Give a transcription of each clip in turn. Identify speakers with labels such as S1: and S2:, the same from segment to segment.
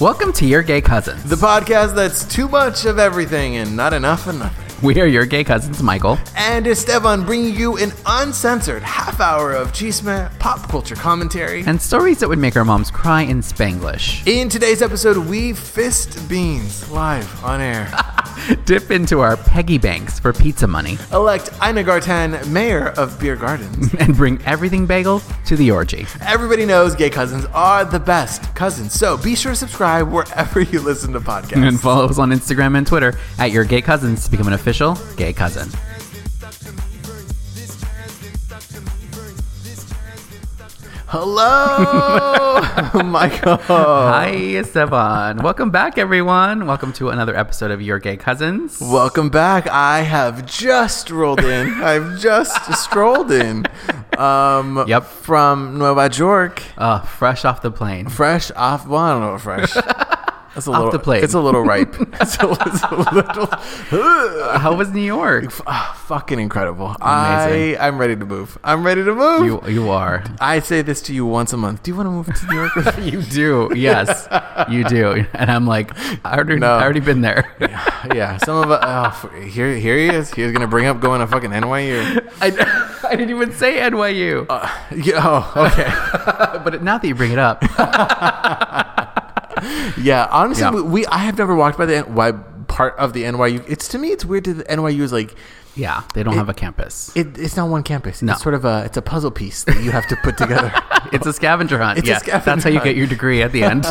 S1: Welcome to Your Gay Cousins.
S2: The podcast that's too much of everything and not enough of nothing.
S1: we are Your Gay Cousins, Michael.
S2: And Esteban bringing you an uncensored half hour of chisme, pop culture commentary.
S1: And stories that would make our moms cry in Spanglish.
S2: In today's episode, we fist beans live on air.
S1: Dip into our Peggy banks for pizza money
S2: Elect Ina Garten mayor of Beer Gardens.
S1: and bring everything bagel to the orgy.
S2: Everybody knows gay cousins are the best cousins, so be sure to subscribe wherever you listen to podcasts.
S1: And follow us on Instagram and Twitter at Your Gay Cousins to become an official gay cousin.
S2: Hello, Michael.
S1: Hi, Esteban. Welcome back, everyone. Welcome to another episode of Your Gay Cousins.
S2: Welcome back. I have just rolled in. I've just strolled in. Um,
S1: Yep.
S2: From Nueva York,
S1: Uh, fresh off the plane.
S2: fresh off. Well, I don't know, fresh. That's a
S1: Off
S2: little.
S1: the plane.
S2: It's a little ripe. it's, a, it's a little. Ugh.
S1: How was New York?
S2: Ah, fucking incredible. I,
S1: Amazing.
S2: I'm ready to move. I'm ready to move.
S1: You, you are.
S2: I say this to you once a month. Do you want to move to New York? with me?
S1: You do, yes, you do. And I'm like, I already,
S2: No.
S1: I already been there.
S2: yeah. Some of us. Oh, here, here he is. He's gonna bring up going to fucking NYU.
S1: I, I didn't even say NYU.
S2: Uh, yeah, oh, okay.
S1: but now that you bring it up,
S2: Yeah, honestly,
S1: Yeah.
S2: We, we I have never walked by the N- why part of the NYU. It's to me, it's weird that the NYU is like
S1: yeah, they don't have a campus.
S2: it, it's not one campus.
S1: No.
S2: It's sort of a it's a puzzle piece that you have to put together.
S1: It's a scavenger hunt.
S2: It's a
S1: yeah,
S2: scavenger
S1: that's how you get
S2: hunt.
S1: your degree at the end.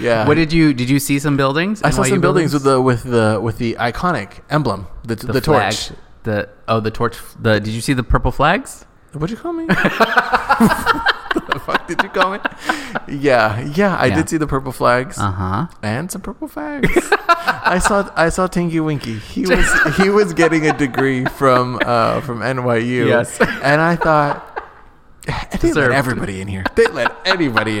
S2: yeah,
S1: what did you did you see some buildings?
S2: I saw some buildings with the with the with the iconic emblem, the the,
S1: flag,
S2: torch.
S1: The oh the torch. The did you see the purple flags?
S2: What'd you call me? the fuck did you call me? Yeah, yeah, I
S1: Yeah.
S2: did see the purple flags.
S1: Uh huh.
S2: and some purple flags. I saw I saw Tinky Winky. He was he was getting a degree from uh, from NYU.
S1: Yes.
S2: and I thought they
S1: Deserved.
S2: let everybody in here. They let anybody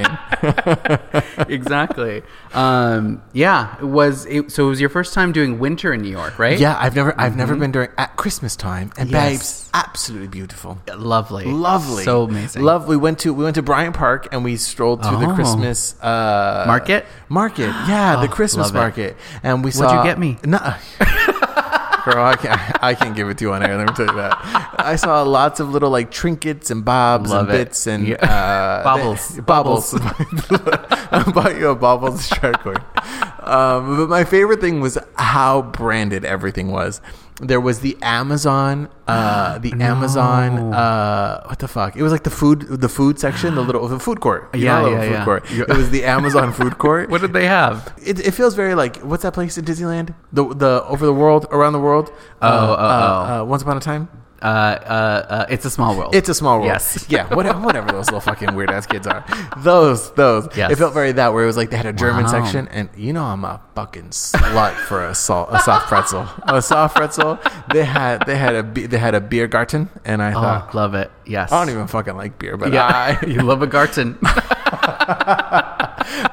S2: in.
S1: exactly. Um, yeah. It was it, so. It was your first time doing winter in New York, right?
S2: Yeah, I've never I've never been during at Christmas time. And
S1: Mm-hmm. Yes.
S2: babes, absolutely beautiful.
S1: Lovely.
S2: Lovely,
S1: So amazing.
S2: Love. We went to we went to Bryant Park and we strolled through
S1: Oh.
S2: the Christmas uh,
S1: Market?
S2: Market, yeah, the
S1: Oh,
S2: Christmas
S1: love it.
S2: market. And we
S1: What'd
S2: saw.
S1: you get me?
S2: No, girl, I can't. I can't give it to you on air. Let me tell you that. I saw lots of little like trinkets and bobs
S1: Love
S2: and
S1: it.
S2: bits and
S1: Yeah.
S2: uh,
S1: Bobbles.
S2: bobbles. I bought you a bobbles tricorn. Um, but my favorite thing was how branded everything was. There was the Amazon, uh, the Amazon. Uh, what the fuck? It was like the food, the food section, the little the food court. You
S1: Yeah,
S2: know, little
S1: yeah,
S2: food
S1: yeah.
S2: court. It was the Amazon food court.
S1: What did they have?
S2: It, it feels very like what's that place in Disneyland? The the over the world, around the world. Oh,
S1: oh,
S2: uh, uh, Once upon a time.
S1: Uh, uh, uh, it's a small world.
S2: It's a small world.
S1: Yes.
S2: Yeah. Whatever, whatever those little fucking weird ass kids are. Those, those.
S1: Yes.
S2: It felt very that where it was like they had a German
S1: Wow.
S2: section, and you know I'm a fucking slut for a salt, a soft pretzel, a soft pretzel. They had they had a be- they had a beer garten, and I
S1: Oh,
S2: thought
S1: love it. Yes.
S2: I don't even fucking like beer, but
S1: Yeah,
S2: I
S1: you love a garden.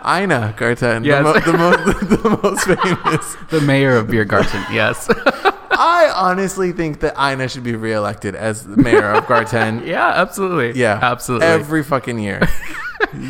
S2: Ina Garten,
S1: Yes.
S2: the, mo- the most the most famous.
S1: the mayor of Beer Garden. Yes.
S2: I honestly think that Ina should be reelected as the mayor of Garten.
S1: yeah, absolutely.
S2: yeah,
S1: absolutely.
S2: Every fucking year.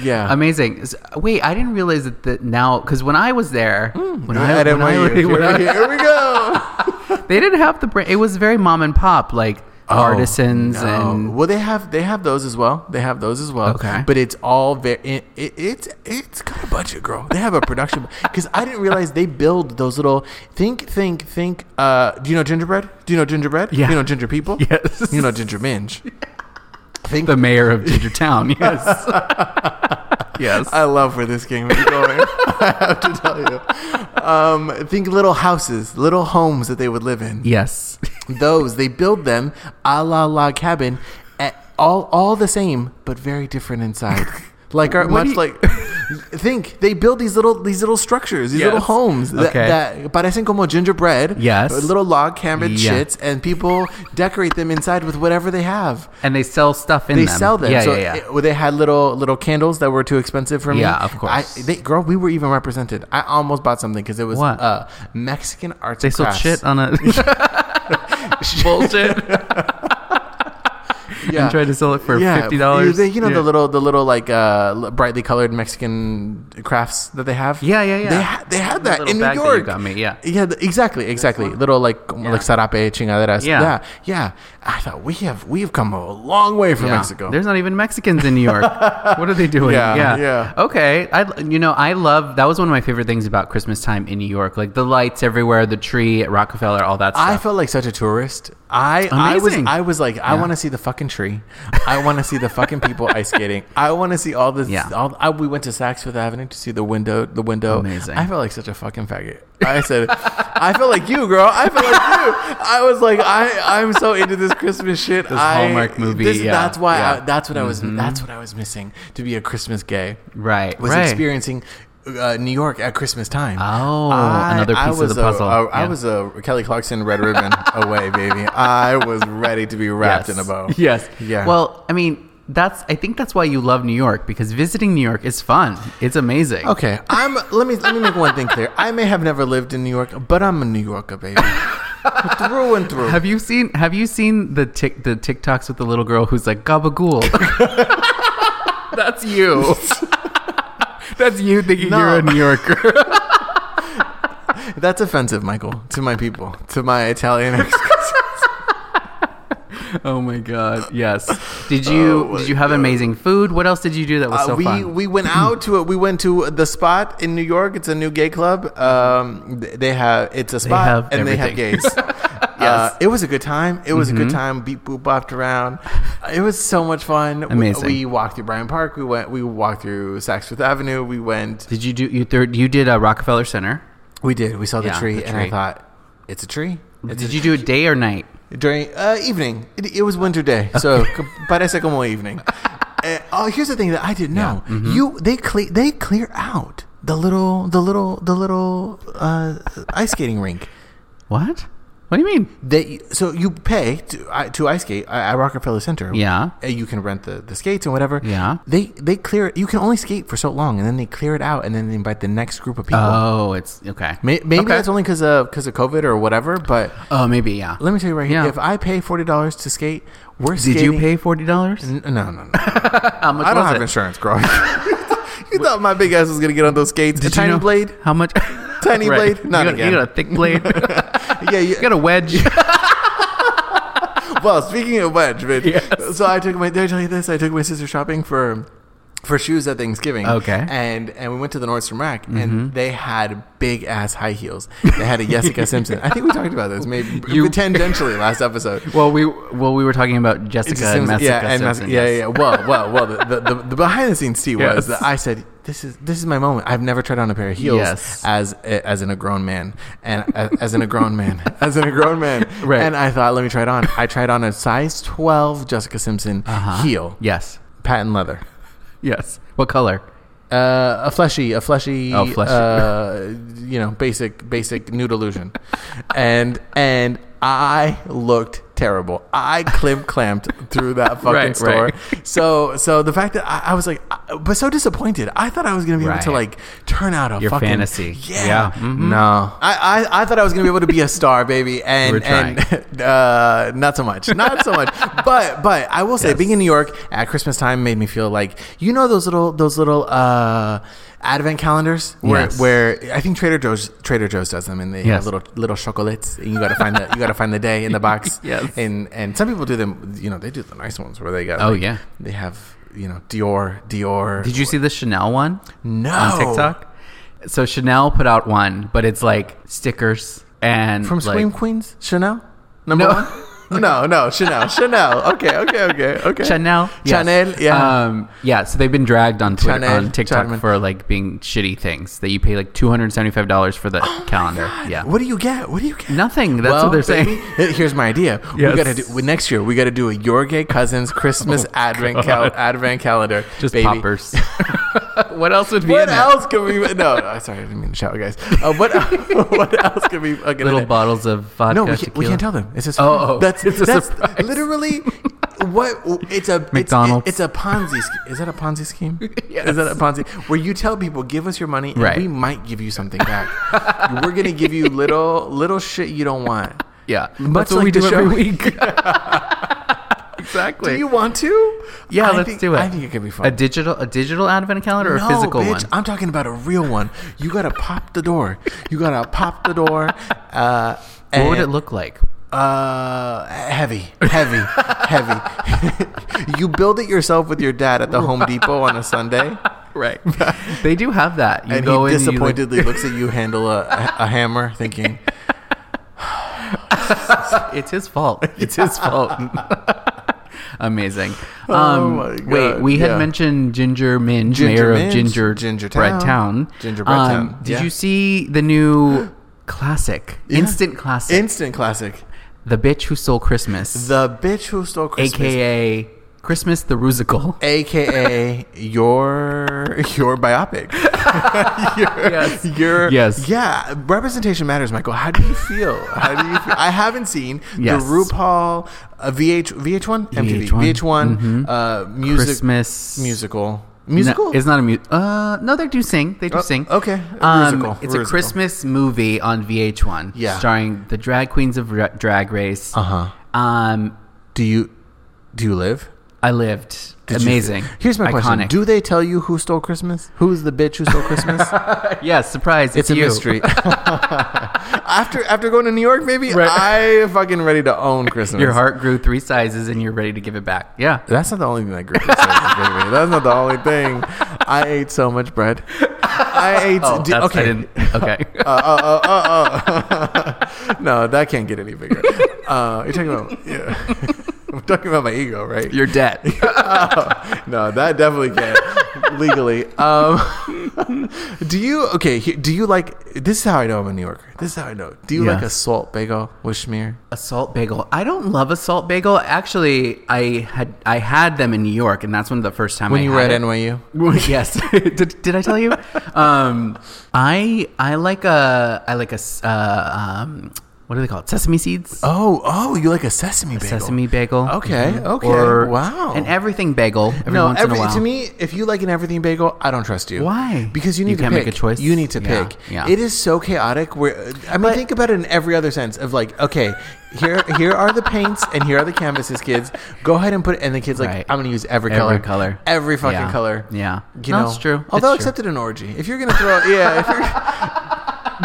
S2: Yeah.
S1: Amazing. S- Wait, I didn't realize that the, now because when I was there, when I,
S2: Hmm. At
S1: when I-
S2: NYU.
S1: when
S2: Here
S1: I-
S2: we- here we go.
S1: they didn't have the brand. It was very mom and pop, like artisans
S2: Oh,
S1: and
S2: well, they have they have those as well. They have those as well.
S1: Okay.
S2: but it's all very it, it, it's it's got a budget, girl. They have a production because I didn't realize they build those little think think think. Uh, do you know gingerbread? Do you know gingerbread?
S1: Yeah.
S2: You know ginger people?
S1: Yes.
S2: You know ginger minge. Think
S1: the mayor of Gingertown. Yes. yes.
S2: I love where this game is going. I have to tell you. Um, think little houses, little homes that they would live in.
S1: yes.
S2: Those they build them a la la cabin, at all all the same but very different inside. Like our,
S1: What do
S2: much like think they build these little these little structures, these little
S1: Yes.
S2: homes that,
S1: Okay.
S2: that parecen como gingerbread.
S1: Yes.
S2: little log cabin
S1: Yeah.
S2: shits, and people decorate them inside with whatever they have
S1: And they sell stuff in
S2: they
S1: them.
S2: sell them.
S1: Yeah,
S2: so
S1: yeah, yeah.
S2: it- well, they had little little candles that were too expensive for me.
S1: Yeah, of course.
S2: I, they, girl, we were even represented. I almost bought something because it was
S1: What?
S2: Uh, Mexican arts.
S1: they
S2: and
S1: sold
S2: crafts.
S1: shit on a bullshit
S2: Yeah.
S1: and tried to sell it for
S2: Yeah,
S1: fifty dollars.
S2: You, you know the little, the little like uh, l- brightly colored Mexican crafts that they have.
S1: Yeah, yeah, yeah.
S2: They, ha- they had
S1: The
S2: that
S1: little
S2: in New
S1: bag that you
S2: York.
S1: got me, yeah.
S2: yeah, th- exactly, exactly. Little like like sarape chingaderas.
S1: Yeah.
S2: yeah, yeah. I thought we have we have come a long way from
S1: Yeah.
S2: Mexico.
S1: There's not even Mexicans in New York. what are they doing?
S2: Yeah, yeah.
S1: Okay. I you know I love that was one of my favorite things about Christmas time in New York, like the lights everywhere, the tree at Rockefeller, all that
S2: I
S1: stuff.
S2: felt like such a tourist. I I was
S1: Amazing.
S2: I was like I want to see the fucking tree. I want to see the fucking people ice skating. I want to see all this.
S1: Yeah.
S2: All, I, we went to Saks Fifth Avenue to see the window. The window.
S1: Amazing.
S2: I felt like such a fucking faggot. I said, I felt like you, girl. I felt like you. I was like I I'm so into this Christmas shit. This I,
S1: Hallmark movie, yeah,
S2: That's why. I,
S1: yeah. Mm-hmm.
S2: that's what I was. That's what I was missing to be a Christmas gay.
S1: right.
S2: Was
S1: right.
S2: experiencing. Uh, New York at Christmas time.
S1: Oh,
S2: I-
S1: another piece
S2: I
S1: of
S2: was
S1: the
S2: a-
S1: puzzle.
S2: a- I
S1: Yeah.
S2: was a Kelly Clarkson red ribbon away, baby. I was ready to be wrapped in a bow.
S1: Yes.
S2: Yeah.
S1: Well, I mean, that's I think that's why you love New York because visiting New York is fun. It's amazing.
S2: Okay. I'm. Let me let me make one thing clear. I may have never lived in New York, but I'm a New Yorker, baby, through and through.
S1: Have you seen Have you seen the tick the TikToks with the little girl who's like gabagool? that's you. that's you thinking
S2: No.
S1: you're a New Yorker.
S2: That's offensive, Michael, to my people, to my Italian. Ex-
S1: oh my god. Yes. Did you
S2: Oh my
S1: Did you have amazing food? What else did you do that was
S2: Uh,
S1: so
S2: we
S1: fun?
S2: we went out to a, we went to the spot in New York. It's a new gay club. Um, th- they have it's a spot
S1: have
S2: and they have
S1: everything. Mm-hmm.
S2: gays. Uh, it was a good time. It was a good time. Beep boop bopped around. It was so much fun. We-
S1: Amazing.
S2: We, walked through Bryant Park. We went. We walked through Saks Fifth Avenue. We went.
S1: Did you do you third you did a Rockefeller Center?
S2: We did. We saw the
S1: Yeah,
S2: tree,
S1: the
S2: and I
S1: tree.
S2: thought, it's a tree. It's
S1: Did you do it day or night?
S2: during uh, evening. It, it was winter day, so c- parece como evening. Uh, oh, here's the thing that I didn't know.
S1: mm-hmm.
S2: You they clear they clear out the little the little the little uh, ice skating rink.
S1: What? What do you mean?
S2: They so you pay to I to ice skate uh, at Rockefeller Center.
S1: Yeah.
S2: Uh, you can rent the, the skates and whatever.
S1: Yeah.
S2: they they clear. You can only skate for so long, and then they clear it out, and then they invite the next group of people.
S1: Oh, it's okay.
S2: May, maybe
S1: Okay.
S2: that's only because of because of COVID or whatever. But
S1: Oh, maybe yeah.
S2: let me tell you right
S1: Yeah.
S2: here, if I pay forty dollars to skate, we're
S1: Did
S2: skating.
S1: you pay forty dollars?
S2: N- No, no, no.
S1: How much
S2: I don't
S1: was
S2: have
S1: it?
S2: insurance, girl. you thought my big ass was gonna get on those skates?
S1: Did
S2: a
S1: you
S2: tiny
S1: know
S2: blade?
S1: How much?
S2: Tiny blade?
S1: You
S2: Not
S1: got, a-
S2: again.
S1: You got a thick blade. you
S2: yeah, you,
S1: got a wedge.
S2: well, speaking of wedge, bitch.
S1: Yes.
S2: So I took my. Did I tell you this? I took my sister shopping for. For shoes at Thanksgiving,
S1: Okay. Mm-hmm.
S2: and and we went to the Nordstrom Rack, and they had big ass high heels. They had a Jessica Simpson. I think we talked about this maybe
S1: You-
S2: tangentially last episode.
S1: Well, we well we were talking about Jessica
S2: It's
S1: and
S2: Simpson-
S1: Jessica
S2: yeah, and Mas-
S1: Simpson.
S2: yeah,
S1: yes.
S2: yeah, yeah. Well, well, well. The, the, the, the behind the scenes tea
S1: Yes.
S2: was that I said, "This is this is my moment. I've never tried on a pair of heels
S1: Yes.
S2: as as in a grown man, and as, as in a grown man, as in a grown man."
S1: Right.
S2: And I thought, let me try it on. I tried on a size twelve Jessica Simpson heel,
S1: Uh-huh. Yes.
S2: patent leather,
S1: Yes. What color?
S2: uh, a fleshy, a fleshy,
S1: Oh, fleshy.
S2: Uh, you know, basic, basic nude illusion, and and. I looked terrible. I climp clamped through that fucking
S1: Right,
S2: store.
S1: right.
S2: So, so the fact that I, I was like, I, but so disappointed. I thought I was gonna be able to
S1: Right.
S2: like turn out a
S1: Your
S2: fucking
S1: fantasy.
S2: Yeah,
S1: Yeah. Mhm.
S2: no, I, I, I thought I was gonna be able to be a star, baby, and
S1: We're trying.
S2: and uh, not so much, not so much. but but I will say, being in New York at Christmas time made me feel like you know those little those little uh, advent calendars where
S1: Yes.
S2: where I think Trader Joe's Trader Joe's does them, and they have
S1: Yes.
S2: little little chocolates, and you gotta find the you gotta find the day in the box.
S1: Yes.
S2: and and some people do them. You know, they do the nice ones where they got
S1: Oh,
S2: like,
S1: yeah.
S2: they have you know Dior Dior.
S1: Did you see the Chanel one
S2: no
S1: on TikTok? So Chanel put out one, but it's like stickers and
S2: from
S1: like,
S2: Scream Queens? Chanel? Number one? no, no, Chanel. Chanel. Okay, okay, okay, okay.
S1: Chanel, yes.
S2: Chanel, yeah.
S1: um, yeah. So they've been dragged on Twitter,
S2: Chanel,
S1: on TikTok
S2: Chanel.
S1: for like being shitty things that you pay like two hundred seventy five dollars for the calendar. Yeah,
S2: Oh What do you get? What do you get?
S1: nothing. That's
S2: Well,
S1: what they're saying.
S2: baby, he- Here's my idea.
S1: Yes. Oh,
S2: We gotta do well, next year. We gotta do a your gay cousins Christmas advent cal- advent calendar.
S1: Just
S2: baby.
S1: poppers. what else would be
S2: What
S1: in it?
S2: else could we? No, no, sorry, I didn't mean to shout, guys. Uh, what what else could we? fucking-
S1: Little bottles of vodka.
S2: No, we can't, we
S1: tequila.
S2: can't tell them. It's a
S1: Oh,
S2: surprise.
S1: oh.
S2: that's
S1: It's a
S2: that's
S1: surprise.
S2: literally what it's a it's-
S1: McDonald's.
S2: It's, a Ponzi. Sch- is that a Ponzi scheme?
S1: Yes.
S2: Is that a Ponzi where you tell people give us your money and
S1: Right.
S2: we might give you something back? We're gonna give you little little shit you don't want.
S1: Yeah,
S2: Much
S1: that's what
S2: like
S1: we do
S2: the show.
S1: every week. exactly.
S2: Do you want to?
S1: yeah,
S2: I
S1: let's
S2: think-
S1: do it.
S2: I think it could be fun.
S1: A digital, a digital advent calendar or a physical
S2: bitch,
S1: one?
S2: I'm talking about a real one. You gotta pop the door. You gotta pop the door. Uh,
S1: What would
S2: and-
S1: it look like?
S2: Uh, heavy, heavy, heavy. you build it yourself with your dad at the Home Depot on a Sunday.
S1: Right. they do have that. You
S2: And
S1: go
S2: he
S1: in, you, like-
S2: disappointedly looks at you handle a, a hammer, thinking,
S1: it's his fault. It's his fault. Amazing. Um,
S2: Oh my God,
S1: Wait, we had
S2: yeah.
S1: mentioned Ginger Minge,
S2: Ginger
S1: mayor of
S2: Minge,
S1: Ginger
S2: Ginger
S1: Bread
S2: Town.
S1: Town. Um,
S2: Gingerbread Town,
S1: Did
S2: yeah.
S1: you see the new classic, instant classic,
S2: "Instant classic."
S1: "The Bitch Who Stole Christmas,"
S2: The bitch who stole Christmas,
S1: aka Christmas the Rusical.
S2: AKA your your biopic. your,
S1: Yes.
S2: your-
S1: Yes.
S2: Yeah. Representation matters, Michael. How do you feel? How do you feel? I haven't seen
S1: Yes.
S2: the RuPaul uh, VH VH1 MTV
S1: VH1,
S2: VH1
S1: Mm-hmm.
S2: uh, music
S1: Christmas
S2: musical
S1: No,
S2: musical.
S1: it's not a mu- Uh, no, they do sing. They do
S2: Oh,
S1: sing.
S2: okay.
S1: Um,
S2: Rusical.
S1: It's
S2: Rusical.
S1: a Christmas movie on VH1.
S2: Yeah.
S1: Starring the drag queens of Ra- Drag Race.
S2: Uh-huh.
S1: Um,
S2: do you do you live?
S1: I lived.
S2: Did you
S1: Amazing.
S2: feel- Here's my question:
S1: Iconic.
S2: Do they tell you who stole Christmas? Who's the bitch who stole Christmas?
S1: yes, surprise. It's,
S2: It's a
S1: you.
S2: mystery. after after going to New York, maybe
S1: Right.
S2: I am fucking ready to own Christmas.
S1: Your heart grew three sizes, and you're ready to give it back. Yeah.
S2: That's not the only thing that grew Christmas. baby. That's not the only thing. I ate so much bread. I ate.
S1: Oh,
S2: di-
S1: that's,
S2: okay.
S1: I didn't, okay.
S2: Uh, uh, uh, uh, uh. no, that can't get any bigger. Uh, you're talking about. Yeah. I'm talking about my ego, right?
S1: Your debt.
S2: Oh, no, that definitely can't legally. Um, do you okay? he- Do you like this? Is how I know I'm a New Yorker. This is how I know. Do you
S1: Yeah.
S2: like a salt bagel with schmear?
S1: A salt bagel. I don't love a salt bagel. Actually, I had I had them in New York, and that's one of the first time
S2: When
S1: I
S2: you
S1: had
S2: were at
S1: it.
S2: NYU,
S1: Well, yes. did, did I tell you? Um, I I like a I like a s- uh, um, what do they call it? Sesame seeds.
S2: oh, oh, you like a sesame bagel.
S1: Sesame bagel. Mm-hmm.
S2: Okay, okay, wow.
S1: An everything bagel. Every
S2: No,
S1: once in
S2: every,
S1: a while.
S2: to me, if you like an everything bagel, I don't trust you.
S1: Why?
S2: Because you need
S1: You
S2: to
S1: can't
S2: pick.
S1: make a choice?
S2: You need to
S1: Yeah,
S2: pick.
S1: yeah.
S2: It is so chaotic. Where I mean, think about it in every other sense of like, okay, here here are the paints and here are the canvases, kids. Go ahead and put it. And the kids like,
S1: Right.
S2: I'm gonna use every,
S1: Every
S2: color,
S1: color.
S2: every fucking
S1: Yeah.
S2: color.
S1: Yeah.
S2: you
S1: No,
S2: know,
S1: it's true. It's
S2: Although
S1: true.
S2: accepted an orgy, if you're gonna throw, yeah, if you're,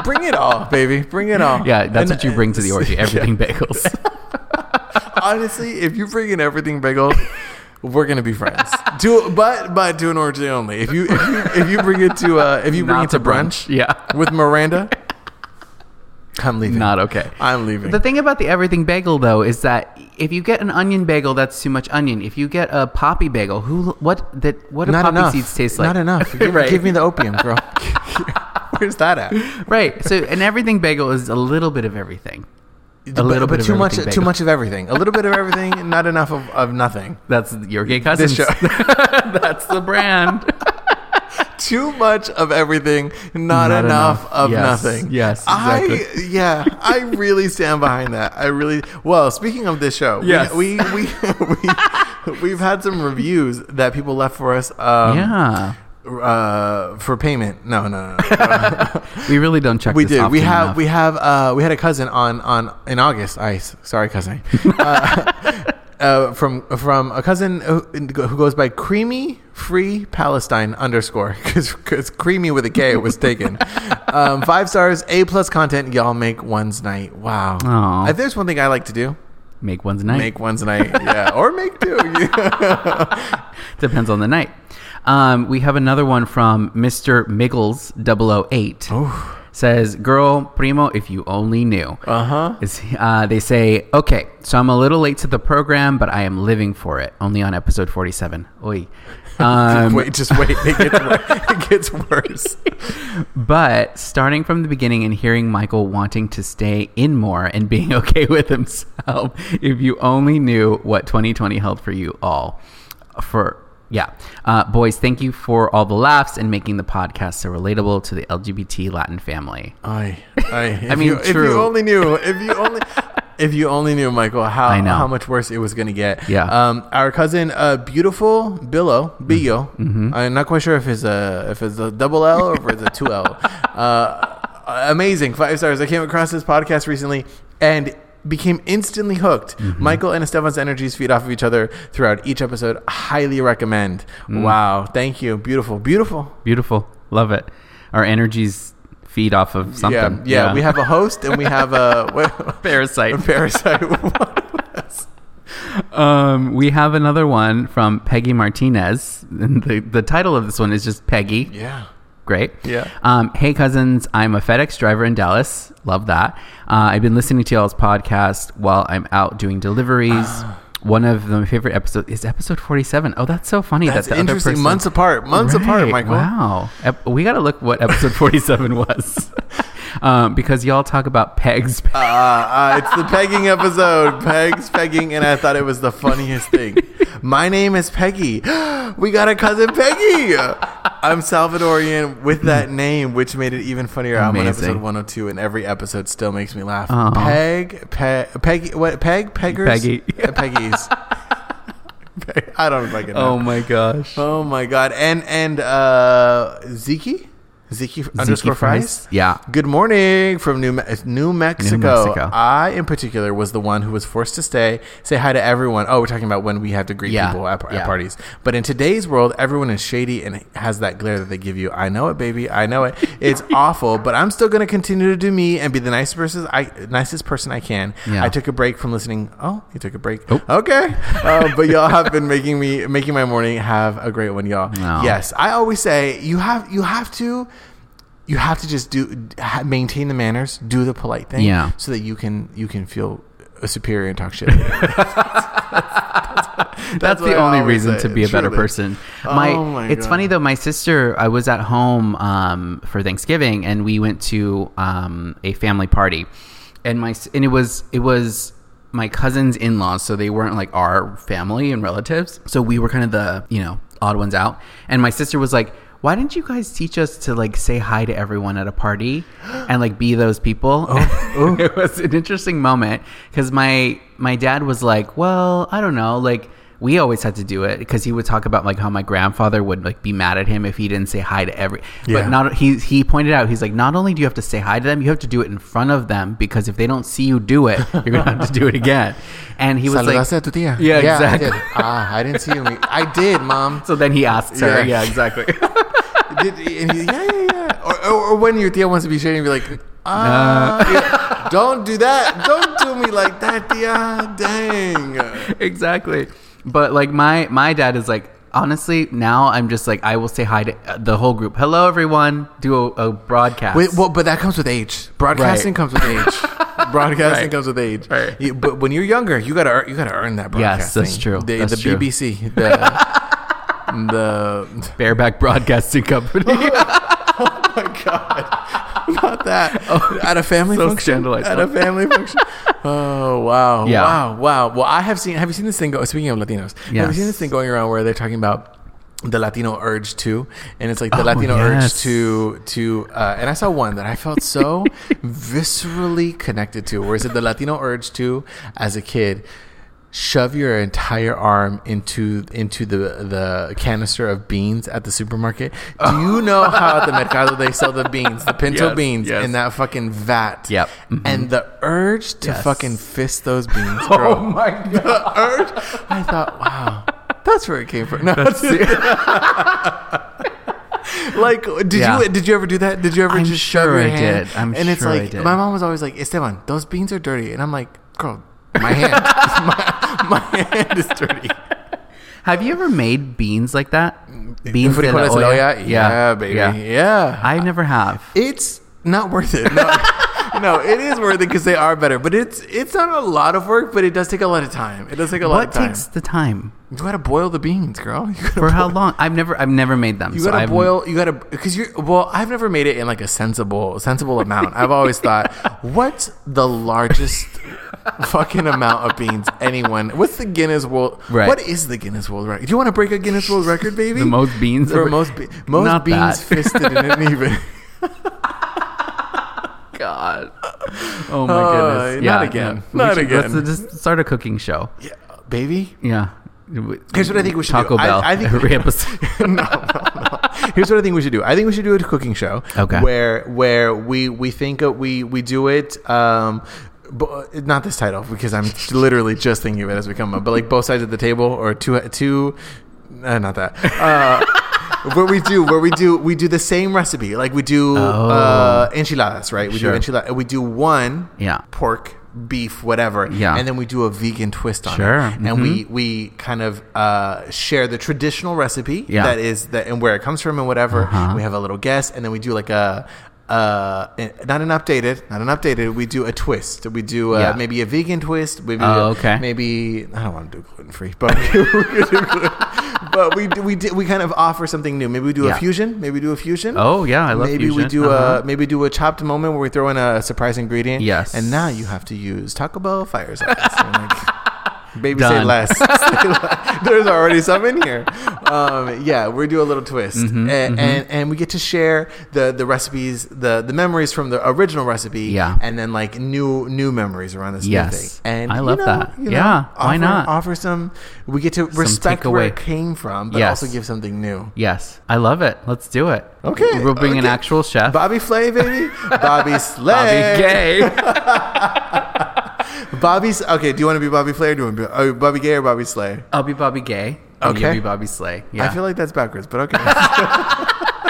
S2: bring it all, baby, bring it all.
S1: Yeah, that's
S2: And- uh,
S1: what you bring to the orgy. Everything bagels.
S2: Honestly, if you bring in everything bagel, we're gonna be friends. Do but but do an orgy only. If you if you, if you bring it to uh, if you bring
S1: Not
S2: it to
S1: to
S2: brunch,
S1: brunch. Yeah.
S2: with Miranda, I'm leaving.
S1: Not okay.
S2: I'm leaving.
S1: The thing about the everything bagel though is that if you get an onion bagel, that's too much onion. If you get a poppy bagel, who what that what do
S2: Not
S1: poppy
S2: enough.
S1: seeds taste like?
S2: Not enough. Give,
S1: Right.
S2: give me the opium, girl. Where's that at?
S1: Right. So an everything bagel is a little bit of everything.
S2: But-
S1: little
S2: but
S1: bit of
S2: too much.
S1: everything
S2: Too
S1: bagel.
S2: much of everything. A little bit of everything. Not enough of, of nothing.
S1: That's your gay cousins.
S2: show.
S1: That's the brand.
S2: Too much of everything. Not,
S1: Not
S2: enough,
S1: enough.
S2: of
S1: Yes.
S2: nothing.
S1: Yes,
S2: I yeah. I really stand behind that. I really. Well, speaking of this show, we-
S1: Yes.
S2: we we, we we've had some reviews that people left for us. Um,
S1: yeah.
S2: Uh, for payment? No, no, no. no.
S1: We really don't check.
S2: We
S1: this
S2: did. We
S1: often
S2: have
S1: enough.
S2: we have uh, we had a cousin on on in August. I s- sorry, cousin. uh, uh, from from a cousin who, who goes by Creamy Free Palestine underscore because Creamy with a K was taken. um, five stars, A plus content. Y'all make one's night. Wow.
S1: Aw.
S2: If there's one thing I like to do,
S1: make one's night.
S2: make one's night. Yeah, or make two.
S1: Depends on the night. Um, we have another one from Mr. Miggles 008. Says, girl, primo, if you only knew.
S2: uh huh.
S1: Is, uh, they say, okay, so I'm a little late to the program, but I am living for it. Only on episode 47. Oi. Um,
S2: wait, just wait. It gets worse. it gets worse.
S1: But starting from the beginning and hearing Michael wanting to stay in more and being okay with himself, if you only knew what 2020 held for you all. For yeah, uh, boys, thank you for all the laughs and making the podcast so relatable to the LGBT Latin family.
S2: I, I, if
S1: mean,
S2: you, if you
S1: true.
S2: only knew, if you only, if you only knew, Michael, how
S1: I know.
S2: how much worse it was going to get.
S1: Yeah. Mm-hmm.
S2: Um, our cousin, uh, beautiful Billo, Billo. I'm not quite sure if it's a if it's a double L or if it's a two L. Uh, amazing, five stars. I came across this podcast recently, and became instantly hooked.
S1: Mm-hmm.
S2: Michael and Estefan's energies feed off of each other throughout each episode. Highly recommend.
S1: Mm.
S2: Wow. Thank you. Beautiful. Beautiful.
S1: Beautiful. Love it. Our energies feed off of something.
S2: Yeah, yeah. We have a host and we have a, what-
S1: Parasite.
S2: a parasite.
S1: Um, we have another one from Peggy Martinez. And The, the title of this one is just Peggy.
S2: yeah.
S1: Great.
S2: Yeah.
S1: Um, hey, cousins. I'm a FedEx driver in Dallas. Love that. Uh, I've been listening to y'all's podcast while I'm out doing deliveries. One of my favorite episodes is episode 47. Oh, that's so funny.
S2: That's
S1: that the
S2: interesting.
S1: Other person,
S2: Months apart. Months apart,
S1: Right.
S2: Michael.
S1: Wow. Ep- we got to look what episode 47 was. um, because y'all talk about pegs.
S2: Uh, uh, it's the pegging episode. Pegs pegging, and I thought it was the funniest thing. My name is Peggy. We got a cousin Peggy. I'm Salvadorian with that name, which made it even funnier. I'm on
S1: Hmm. Amazing.
S2: episode 102, and every episode still makes me laugh.
S1: Aw.
S2: Peg, pe- Peggy, what? Peg, peggers,
S1: Peggy.
S2: Uh, Peggy's. Peg- I don't fucking know.
S1: Oh my gosh.
S2: Oh my god! And and uh, Ziki, Ziki underscore fries.
S1: Yeah.
S2: Good morning from New Me- New Mexico.
S1: Mexico.
S2: I, in particular, was the one who was forced to stay, say hi to everyone. Oh, we're talking about when we have to greet
S1: Yeah,
S2: people at, at
S1: yeah.
S2: parties. But in today's world, everyone is shady and has that glare that they give you. I know it, baby. I know it. It's awful, but I'm still going to continue to do me and be the nicest person I nicest person I can.
S1: Yeah.
S2: I took a break from listening. Oh, you took a break. Okay, uh, but y'all have been making me making my morning. Have a great one, y'all.
S1: Aw.
S2: Yes, I always say you have you have to you have to just do ha- maintain the manners, do the polite thing,
S1: Yeah.
S2: so that you can you can feel superior and talk shit.
S1: That's,
S2: what
S1: the
S2: I
S1: only
S2: always
S1: reason
S2: say,
S1: to be a better
S2: truly.
S1: person.
S2: Oh
S1: My,
S2: my
S1: it's
S2: God.
S1: funny though. My sister, I was at home um, for Thanksgiving, and we went to um, a family party, and my s- and it was it was my cousin's in laws, so they weren't like our family and relatives. So we were kind of the you know odd ones out, and my sister was like. Why didn't you guys teach us to like say hi to everyone at a party and like be those people?
S2: Oh,
S1: it was an interesting moment because my my dad was like, well, I don't know, like we always had to do it because he would talk about like how my grandfather would like be mad at him if he didn't say hi to every.
S2: Yeah.
S1: But not he he pointed out he's like not only do you have to say hi to them, you have to do it in front of them because if they don't see you do it, you're gonna have to do it again. And he was
S2: Saludaste
S1: like,
S2: a tu tía.
S1: Yeah, exactly.
S2: I did. Ah, I didn't see you. I did, mom.
S1: so then he asked her, yeah,
S2: Yeah.
S1: exactly.
S2: Did, and he, yeah, yeah, yeah. Or, or, or when your tía wants to be shady, and be like, ah, yeah, don't do that. Don't do me like that, tía. Dang.
S1: exactly. But like my my dad is like honestly now I'm just like I will say hi to uh, the whole group. Hello everyone. Do a, a broadcast.
S2: Wait, well, but that comes with age. Broadcasting comes with age. Broadcasting
S1: Right.
S2: comes with age.
S1: Right.
S2: You- but when you're younger, you gotta earn, you gotta earn that
S1: Yes, that's
S2: broadcasting.
S1: true.
S2: The,
S1: That's
S2: the
S1: true.
S2: BBC. The, the
S1: Bareback Broadcasting Company.
S2: not that at a family
S1: Oh. so
S2: function.
S1: scandalized.
S2: At a family function. Oh wow!
S1: Yeah.
S2: Wow! Wow! Well, I have seen. Have you seen this thing? Go, speaking of Latinos, have you
S1: Yes.
S2: seen this thing going around where they're talking about the Latino urge to, and it's like the
S1: Oh,
S2: Latino urge
S1: yes.
S2: to to. Uh, and I saw one that I felt so viscerally connected to. Where is it the Latino urge to, as a kid? Shove your entire arm into into the the canister of beans at the supermarket. Do you know how at the mercado they sell the beans, the pinto
S1: Yes,
S2: beans,
S1: yes.
S2: in that fucking vat?
S1: Yep. Mm-hmm.
S2: And the urge to
S1: Yes. Oh,
S2: fucking fist those beans, bro.
S1: my god.
S2: the urge. I thought, wow, that's where it came from. No, like, did
S1: Yeah.
S2: you did you ever do that? Did you ever
S1: I'm
S2: just shove
S1: sure
S2: your
S1: I
S2: hand?
S1: did. I'm
S2: and it's
S1: sure I
S2: like
S1: did.
S2: my mom was always like, Esteban, those beans are dirty, and I'm like, girl, my hand, my, my hand is dirty.
S1: Have you ever made beans like that?
S2: Mm,
S1: Beans de la
S2: Frijoles en la
S1: olla?
S2: olla? Yeah, baby, yeah.
S1: I never have.
S2: It's not worth it. No, no it is worth it because they are better. But it's it's not a lot of work, but it does take a lot of time. It does take a lot
S1: What
S2: of time.
S1: takes the time?
S2: you gotta boil the beans, girl. You gotta
S1: For how
S2: boil-
S1: long? I've never I've never made them.
S2: You
S1: so
S2: gotta
S1: I've-
S2: boil. You gotta because you're well. I've never made it in like a sensible sensible amount. I've always thought, what's the largest fucking amount of beans anyone? What's the Guinness World?
S1: Right.
S2: What is the Guinness World Record? Do you want to break a Guinness World Record, baby?
S1: the most beans
S2: for
S1: ever-
S2: most be- most
S1: Not
S2: beans
S1: that.
S2: fisted in an even.
S1: God. Oh my
S2: Uh,
S1: goodness.
S2: not
S1: Yeah,
S2: again.
S1: we
S2: Not
S1: should-
S2: again.
S1: Let's just start a cooking show.
S2: yeah, baby.
S1: Yeah.
S2: Here's what I think we should
S1: Taco
S2: do. I-
S1: Bell
S2: I think-
S1: every episode.
S2: no, no, no. Here's what I think we should do. I think we should do a cooking show.
S1: Okay.
S2: Where where we we think of, we we do it. Um, bo- not this title because I'm literally just thinking of it as we come up. But like both sides of the table or two two, uh, not that. Uh, where we do where we do we do the same recipe like we do uh, enchiladas right we
S1: Oh. Sure.
S2: do enchilada we do one
S1: Yeah.
S2: pork beef whatever
S1: Yeah.
S2: and then we do a vegan twist on
S1: Sure. Mm-hmm.
S2: it and we we kind of uh, share the traditional recipe
S1: Yeah. Uh-huh.
S2: that is that and where it comes from and whatever we have a little guest and then we do like a uh, not an updated, not an updated. We do a twist. We do uh
S1: Yeah.
S2: maybe a vegan twist. Maybe
S1: Oh,
S2: a-
S1: okay.
S2: Maybe I don't want to do gluten free, but we could do gluten- but we do, we do, we kind of offer something new. Maybe we do
S1: Yeah.
S2: a fusion. Maybe we do a fusion.
S1: Oh, yeah, I love
S2: maybe
S1: fusion.
S2: we do uh,
S1: Uh-huh.
S2: a maybe do a chopped moment where we throw in a surprise ingredient.
S1: Yes.
S2: and now you have to use Taco Bell fire sauce. I'm like, Baby, say
S1: Done.
S2: less. Say less. There's already some in here. Um, yeah, we do a little twist,
S1: Mm-hmm,
S2: A- and, and we get to share the the recipes, the the memories from the original recipe,
S1: Yeah.
S2: and then like new new memories around this
S1: Yes.
S2: new thing. And
S1: I
S2: you
S1: love
S2: know-
S1: that.
S2: you know,
S1: Yeah, why
S2: offer-
S1: not?
S2: offer some? We get to respect where
S1: takeaway.
S2: it came from, but
S1: Yes.
S2: also give something new.
S1: Yes, I love it. Let's do it.
S2: Okay,
S1: we'll bring an
S2: okay.
S1: actual chef,
S2: Bobby Flay, baby. Bobby Slay.
S1: Bobby Gay.
S2: Bobby's okay. Do you want to be Bobby Flay or do you want to be are you Bobby Gay or Bobby Slay?
S1: I'll be Bobby Gay. and
S2: Okay.
S1: you'll be Bobby Slay. Yeah.
S2: I feel like that's backwards, but okay. yeah,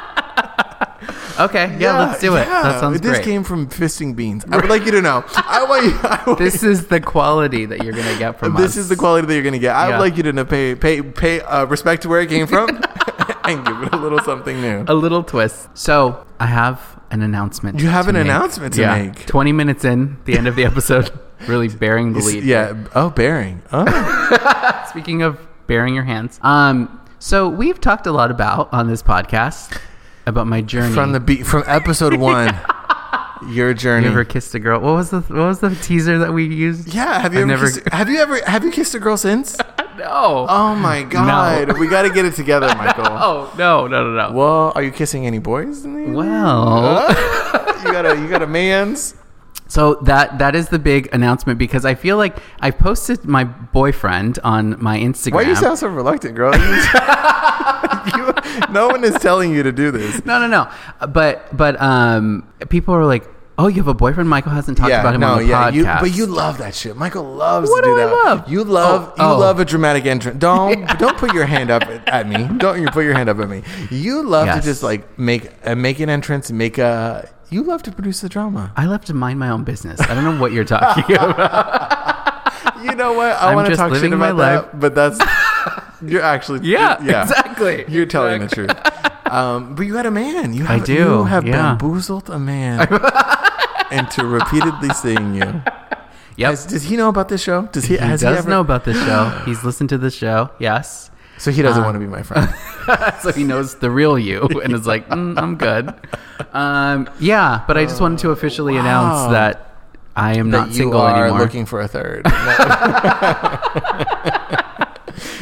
S1: okay. Yeah, let's do it. That sounds
S2: This
S1: great.
S2: came from fisting beans. I would like you to know. I want you. I want
S1: this is the quality that you're gonna get from us.
S2: this is the quality that you're gonna get. I
S1: Yeah.
S2: would like you to know, pay pay pay uh, respect to where it came from, and give it a little something new.
S1: a little twist. So I have an announcement.
S2: You have
S1: to
S2: an
S1: make.
S2: announcement to
S1: Yeah.
S2: make.
S1: Twenty minutes in, the end of the episode, really bearing the lead.
S2: Yeah. Oh, bearing. Oh,
S1: Speaking of bearing your hands, um, so we've talked a lot about on this podcast about my journey
S2: from the beat from episode one. Your journey.
S1: You ever kissed a girl? What was the What was the teaser that we used?
S2: yeah. Have you
S1: I've
S2: ever?
S1: never-
S2: kissed- have you ever? Have you kissed a girl since?
S1: No.
S2: Oh my God. We got to get it together, Michael.
S1: Oh no no no no.
S2: Well, are you kissing any boys? In the evening?
S1: Well,
S2: Huh? you got a you got a man's.
S1: so that that is the big announcement because I feel like I posted my boyfriend on my Instagram.
S2: Why do you sound so reluctant, girl? You- no one is telling you to do this.
S1: no, no, no. But but um, people are like, "Oh, you have a boyfriend." Michael hasn't talked about him on the podcast.
S2: you, but you love that shit. Michael loves
S1: What
S2: to do
S1: do I
S2: that.
S1: love?
S2: You love
S1: Oh,
S2: you
S1: oh.
S2: love a dramatic entrance. Don't don't put your hand up at at me. Don't you put your hand up at me. You love
S1: Yes.
S2: to just like make uh, make an entrance, make a. You love to produce the drama.
S1: I love to mind my own business. I don't know what you're talking about.
S2: You know what? I
S1: I'm
S2: want to
S1: just
S2: talk shit
S1: living
S2: about
S1: my
S2: that, but that's you're actually
S1: Yeah, exactly.
S2: You're telling the truth. Um, but you had a man. You have,
S1: do,
S2: You have
S1: yeah.
S2: bamboozled a man into repeatedly seeing you.
S1: Yep.
S2: Has- does he know about this show? Does he?
S1: he
S2: has
S1: does
S2: he ever?
S1: know about this show. He's listened to the show. Yes.
S2: So he
S1: Uh,
S2: doesn't want to be my friend.
S1: so he knows the real you and is like, mm, I'm good. Um, yeah, but I just wanted to officially announce
S2: wow.
S1: that I am
S2: that
S1: not
S2: you
S1: single
S2: are
S1: anymore.
S2: looking for a third.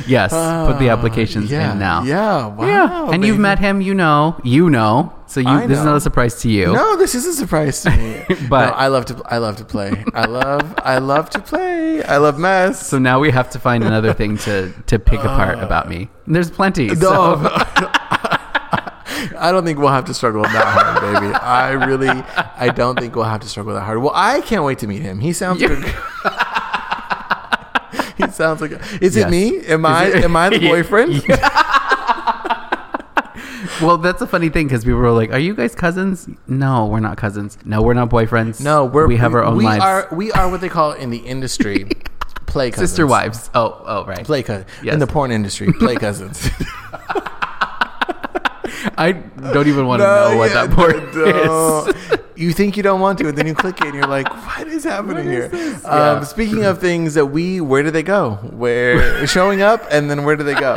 S1: yes, put the applications
S2: Ah, yeah.
S1: in now.
S2: Yeah. Wow.
S1: Yeah, and you've
S2: baby.
S1: met him, you know, you know. So you,
S2: I
S1: this is
S2: know.
S1: not a surprise to you.
S2: No, this is a surprise to me.
S1: But-
S2: No, I love to. I love to play. I love. I love to play. I love mess.
S1: So now we have to find another thing to to pick apart about me. And there's plenty.
S2: Uh, No,
S1: so-
S2: I don't think we'll have to struggle that hard, baby. I really, I don't think we'll have to struggle that hard. Well, I can't wait to meet him. He sounds
S1: You-
S2: like. he sounds like. Is
S1: Yes.
S2: it me? Am I?
S1: it-
S2: am I the
S1: Yeah.
S2: boyfriend?
S1: well, that's a funny thing because people were like, "Are you guys cousins?" No, we're not cousins. No, we're not boyfriends.
S2: No, we're
S1: we have our own
S2: we
S1: lives.
S2: Are, we are what they call in the industry play cousins.
S1: Sister wives. Oh, oh, right.
S2: Play cousins
S1: Yes.
S2: in the porn industry. Play cousins.
S1: I don't even want to know what that
S2: part
S1: board is.
S2: you think you don't want to, and then you click it, and you're like, "What is happening here?"
S1: Yeah.
S2: Um, speaking of things that we, where do they go? Where showing up, and then where do they go?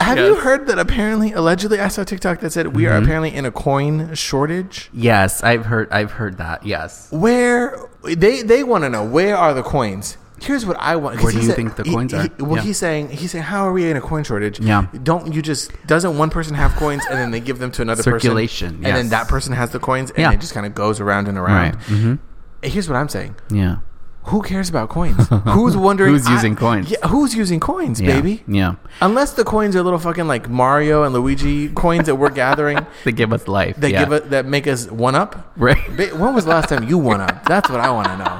S2: Have you
S1: Yes. Mm-hmm.
S2: heard that apparently, allegedly, I saw TikTok that said we are apparently in a coin shortage.
S1: Yes, I've heard. I've heard that. Yes.
S2: Where they they want to know where are the coins? Here's what I want. 'cause
S1: Where do
S2: he
S1: you think the
S2: he-
S1: coins are?
S2: he- well,
S1: Yeah.
S2: he's saying he's saying how are we in a coin shortage?
S1: Yeah.
S2: Don't you just doesn't one person have coins and then they give them to another
S1: Circulation,
S2: person,
S1: yes.
S2: and then that person has the coins and
S1: Yeah.
S2: it just kind of goes around and around.
S1: Right. Mhm.
S2: Here's what I'm saying.
S1: Yeah.
S2: Who cares about coins? who's wondering
S1: Who's using coins?
S2: Yeah, who's using coins,
S1: Yeah.
S2: baby?
S1: Yeah.
S2: Unless the coins are little fucking like Mario and Luigi coins that we're gathering
S1: They give us life.
S2: that
S1: yeah.
S2: give us that make us one up.
S1: Right.
S2: Ba- When was the last time you won up? That's what I want to know.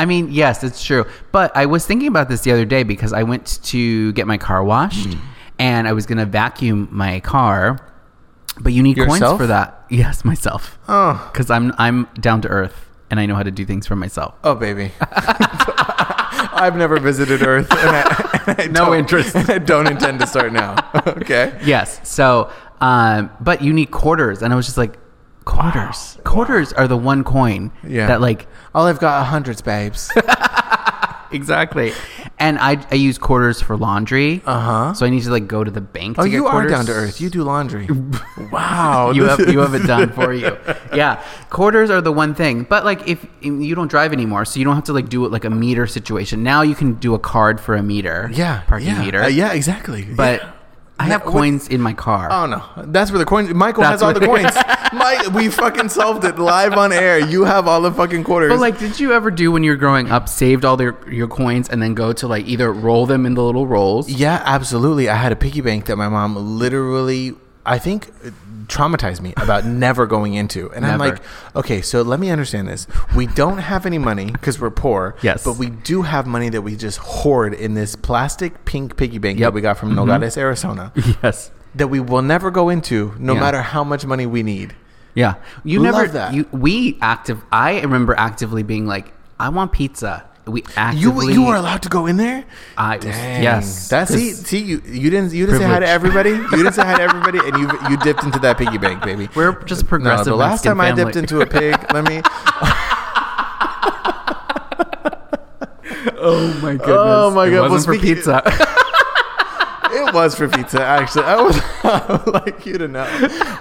S1: I mean, yes, it's true. But I was thinking about this the other day because I went to get my car washed and I was going to vacuum my car. But you need coins
S2: Yourself?
S1: for that. Yes, myself.
S2: Oh,
S1: Cuz I'm I'm down to earth and I know how to do things for myself.
S2: oh, baby. I've never visited Earth, and I, and I
S1: No
S2: don't-
S1: interest.
S2: and I don't intend to start now. okay.
S1: Yes. So, um, but you need quarters, and I was just like, quarters. Quarters are the one coin
S2: Yeah.
S1: that like
S2: All I've got are hundreds, babes.
S1: exactly. And I I use quarters for laundry.
S2: Uh-huh.
S1: So I need to like go to the bank.
S2: Oh,
S1: to get
S2: you
S1: quarters.
S2: are down to earth. You do laundry. wow.
S1: You
S2: this
S1: have you have
S2: is-
S1: it done for you. Yeah, quarters are the one thing. But like if you don't drive anymore, so you don't have to like do it like a meter situation. Now you can do a card for a meter.
S2: Yeah.
S1: parking
S2: yeah,
S1: meter.
S2: uh, yeah, exactly.
S1: But
S2: Yeah.
S1: I
S2: No,
S1: have
S2: what-
S1: coins in my car.
S2: Oh no, that's where the coins. Michael
S1: That's
S2: has all the
S1: where-
S2: coins. Mike, we fucking solved it live on air. You have all the fucking quarters.
S1: But like, did you ever do when you were growing up, saved all their, your coins and then go to like either roll them in the little rolls?
S2: Yeah, absolutely. I had a piggy bank that my mom literally, I think, traumatized me about never going into. And I'm
S1: Never.
S2: like, okay, so let me understand this. We don't have any money because we're poor.
S1: Yes.
S2: But we do have money that we just hoard in this plastic pink piggy bank
S1: Yep.
S2: that we got from Nogales, Arizona,
S1: Yes.
S2: that we will never go into no
S1: Yeah.
S2: matter how much money we need.
S1: Yeah. You
S2: Love
S1: never.
S2: that.
S1: You, we active. I remember actively being like, I want pizza. We
S2: You
S1: actively.
S2: you were allowed to go in there?
S1: I was- yes.
S2: That's see,
S1: 'Cause-
S2: see you you didn't you didn't say hi to
S1: Privilege.
S2: everybody. You didn't say hi to everybody, and you you dipped into that piggy bank, baby.
S1: We're just progressive
S2: the last
S1: Mexican
S2: time I dipped
S1: family.
S2: into a pig, let me.
S1: Oh my goodness.
S2: Oh my
S1: It
S2: God. Well,
S1: wasn't for
S2: speaking-
S1: pizza.
S2: It was for pizza, actually. I would, I would like you to know.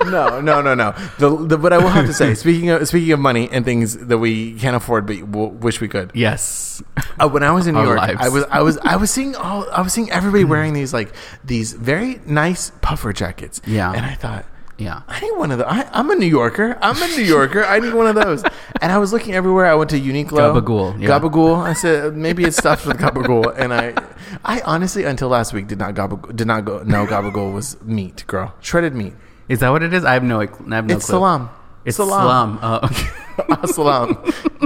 S2: No, no, no, no. The, the, but I will have to say, speaking of speaking of money and things that we can't afford, but w- wish we could.
S1: yes.
S2: Uh, when I was in New
S1: Our
S2: York,
S1: lives. Mm-hmm.
S2: I was I was I was seeing all I was seeing everybody wearing these like these very nice puffer jackets.
S1: Yeah.
S2: and I thought.
S1: Yeah.
S2: I need one of those. I, I'm a New Yorker. I'm a New Yorker. I need one of those. And I was looking everywhere. I went to Uniqlo.
S1: Gabagool, yeah.
S2: Gabagool. I said maybe it's stuffed with gabagool. And I, I honestly until last week did not gabagool, did not go. No, gabagool was meat, girl. Shredded meat.
S1: Is that what it is? I have no. I have no clue.
S2: it's salam.
S1: It's salam. Uh,
S2: Salam.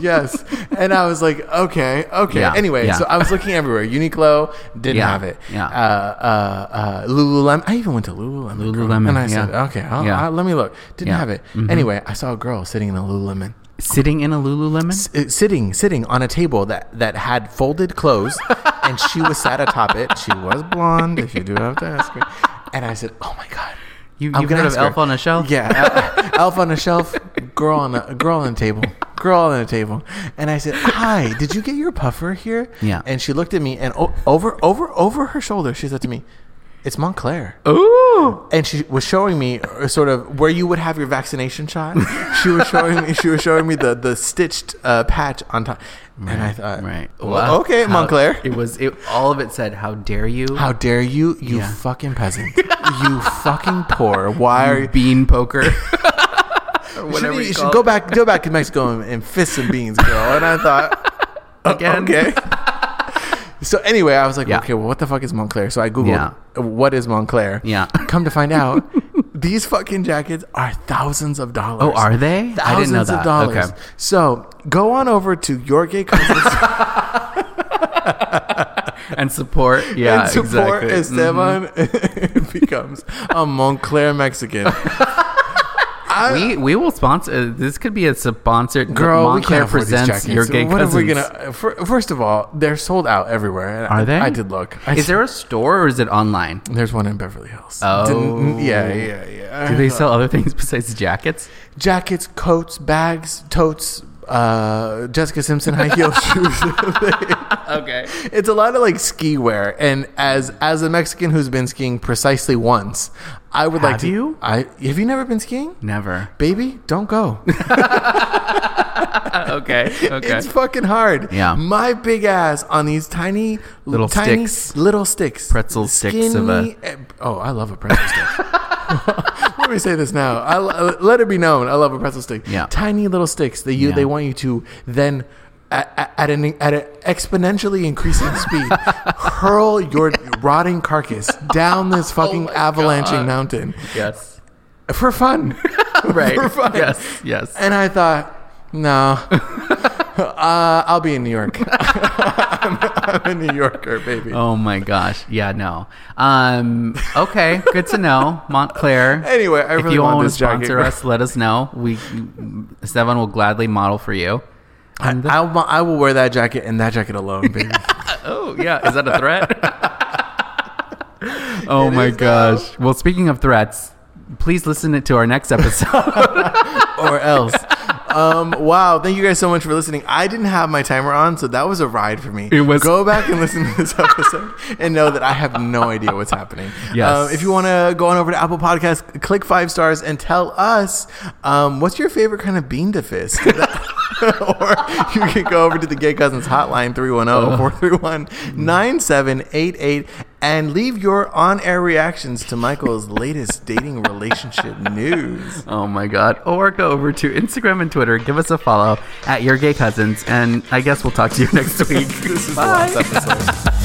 S2: yes. And I was like, okay, okay.
S1: Yeah,
S2: Anyway,
S1: yeah.
S2: so I was looking everywhere. Uniqlo didn't
S1: Yeah,
S2: have it.
S1: yeah.
S2: Uh, uh, uh, Lululemon. I even went to Lululemon. girl.
S1: Lululemon,
S2: And I said,
S1: yeah.
S2: okay, I'll,
S1: Yeah.
S2: I'll- let me look. Didn't
S1: Yeah. Mm-hmm.
S2: have it. Anyway, I saw a girl sitting in a Lululemon.
S1: sitting in a Lululemon.
S2: S- uh, sitting, sitting on a table that, that had folded clothes, and she was sat atop it. She was blonde, if you do have to ask me. And I said, "Oh my god,
S1: You-
S2: I'm
S1: you've
S2: gonna
S1: heard of
S2: ask her.
S1: Elf on a Shelf?
S2: Yeah, El- Elf on a Shelf, girl on a girl on a table, girl on a table." And I said, "Hi, did you get your puffer here?"
S1: Yeah.
S2: And she looked at me, and o- over over over her shoulder, she said to me, "It's Montclair."
S1: Ooh.
S2: and she was showing me uh, sort of where you would have your vaccination shot. She was showing me. She was showing me the the stitched uh, patch on top, and I thought,
S1: Right.
S2: well,
S1: Wow.
S2: okay,
S1: How-
S2: Montclair,
S1: It was. It, all of it said, "How dare you?
S2: how dare you, you
S1: Yeah.
S2: fucking peasant, you fucking poor. Why are you?
S1: bean poker. Or
S2: Should,
S1: whatever
S2: you,
S1: you
S2: should
S1: call
S2: go
S1: it.
S2: back, go back to Mexico and, and fist some beans, girl. And I thought, uh,
S1: Again.
S2: okay. So anyway, I was like,
S1: Yeah.
S2: okay, well, what the fuck is Montclair? So I googled,
S1: Yeah.
S2: uh, what is Montclair?
S1: Yeah.
S2: Come to find out, these fucking jackets are thousands of dollars.
S1: Oh, are they?
S2: Thousands
S1: I didn't know
S2: of
S1: that.
S2: dollars.
S1: Okay.
S2: So go on over to your gay cousins
S1: and support. Yeah,
S2: and support
S1: exactly. Mm-hmm.
S2: Esteban becomes a Montclair Mexican.
S1: Mhm. We we will sponsor. This could be a sponsored.
S2: Girl,
S1: Montclair
S2: we can't afford these
S1: presents
S2: jackets.
S1: your gay
S2: what
S1: cousins.
S2: Are we gonna, fir- first of all, they're sold out everywhere. and I,
S1: Are they?
S2: I did look. I
S1: Is there a store or is it online?
S2: There's one in Beverly Hills.
S1: Oh.
S2: Didn't- yeah, yeah, yeah.
S1: Do they sell other things besides jackets?
S2: jackets, coats, bags, totes? Uh, Jessica Simpson high heel shoes.
S1: Okay.
S2: it's a lot of like ski wear, and as as a Mexican who's been skiing precisely once, I would like
S1: Have
S2: to.
S1: you?
S2: I have you never been skiing,
S1: Never.
S2: baby? Don't go. Uh,
S1: okay. Okay.
S2: It's fucking hard.
S1: Yeah.
S2: My big ass on these tiny
S1: Little
S2: tiny
S1: sticks.
S2: little sticks,
S1: Pretzel sticks of a-
S2: Skinny- eh, Oh, I love a pretzel stick. Let me say this now. I, lo- let it be known. I love a pretzel stick.
S1: Yeah.
S2: Tiny little sticks that you
S1: Yeah.
S2: they want you to then. At, at an at an exponentially increasing speed, hurl your rotting carcass down this fucking
S1: Oh my
S2: avalanching
S1: God.
S2: mountain
S1: yes.
S2: for fun.
S1: Right.
S2: For fun.
S1: Yes. Yes.
S2: And I thought, no, Uh, I'll be in New York. I'm, I'm a New Yorker, baby.
S1: Oh my gosh. Yeah, no. Um, okay, good to know. Montclair.
S2: Anyway, I
S1: if
S2: really
S1: you
S2: want
S1: want to
S2: this jacket.
S1: sponsor us, let us know. We Seven will gladly model for you.
S2: I, I, will- I will wear that jacket and that jacket alone, baby.
S1: Oh, yeah. Is that a threat? oh my
S2: is
S1: gosh. Well, speaking of threats, please listen to our next episode.
S2: or else. Um, wow, thank you guys so much for listening. I didn't have my timer on, so that was a ride for me.
S1: It was-
S2: Go back and listen to this episode and know that I have no idea what's happening.
S1: Yes.
S2: Um, if you want to go on over to Apple Podcasts, click five stars and tell us um, what's your favorite kind of bean to fist. or you can go over to the Gay Cousins Hotline oh, 310 431 9788 and leave your on air reactions to Michael's latest dating relationship news.
S1: oh my God. Or go over to Instagram and Twitter. Give us a follow at Your Gay Cousins. And I guess we'll talk to you next week.
S2: This is the last episode.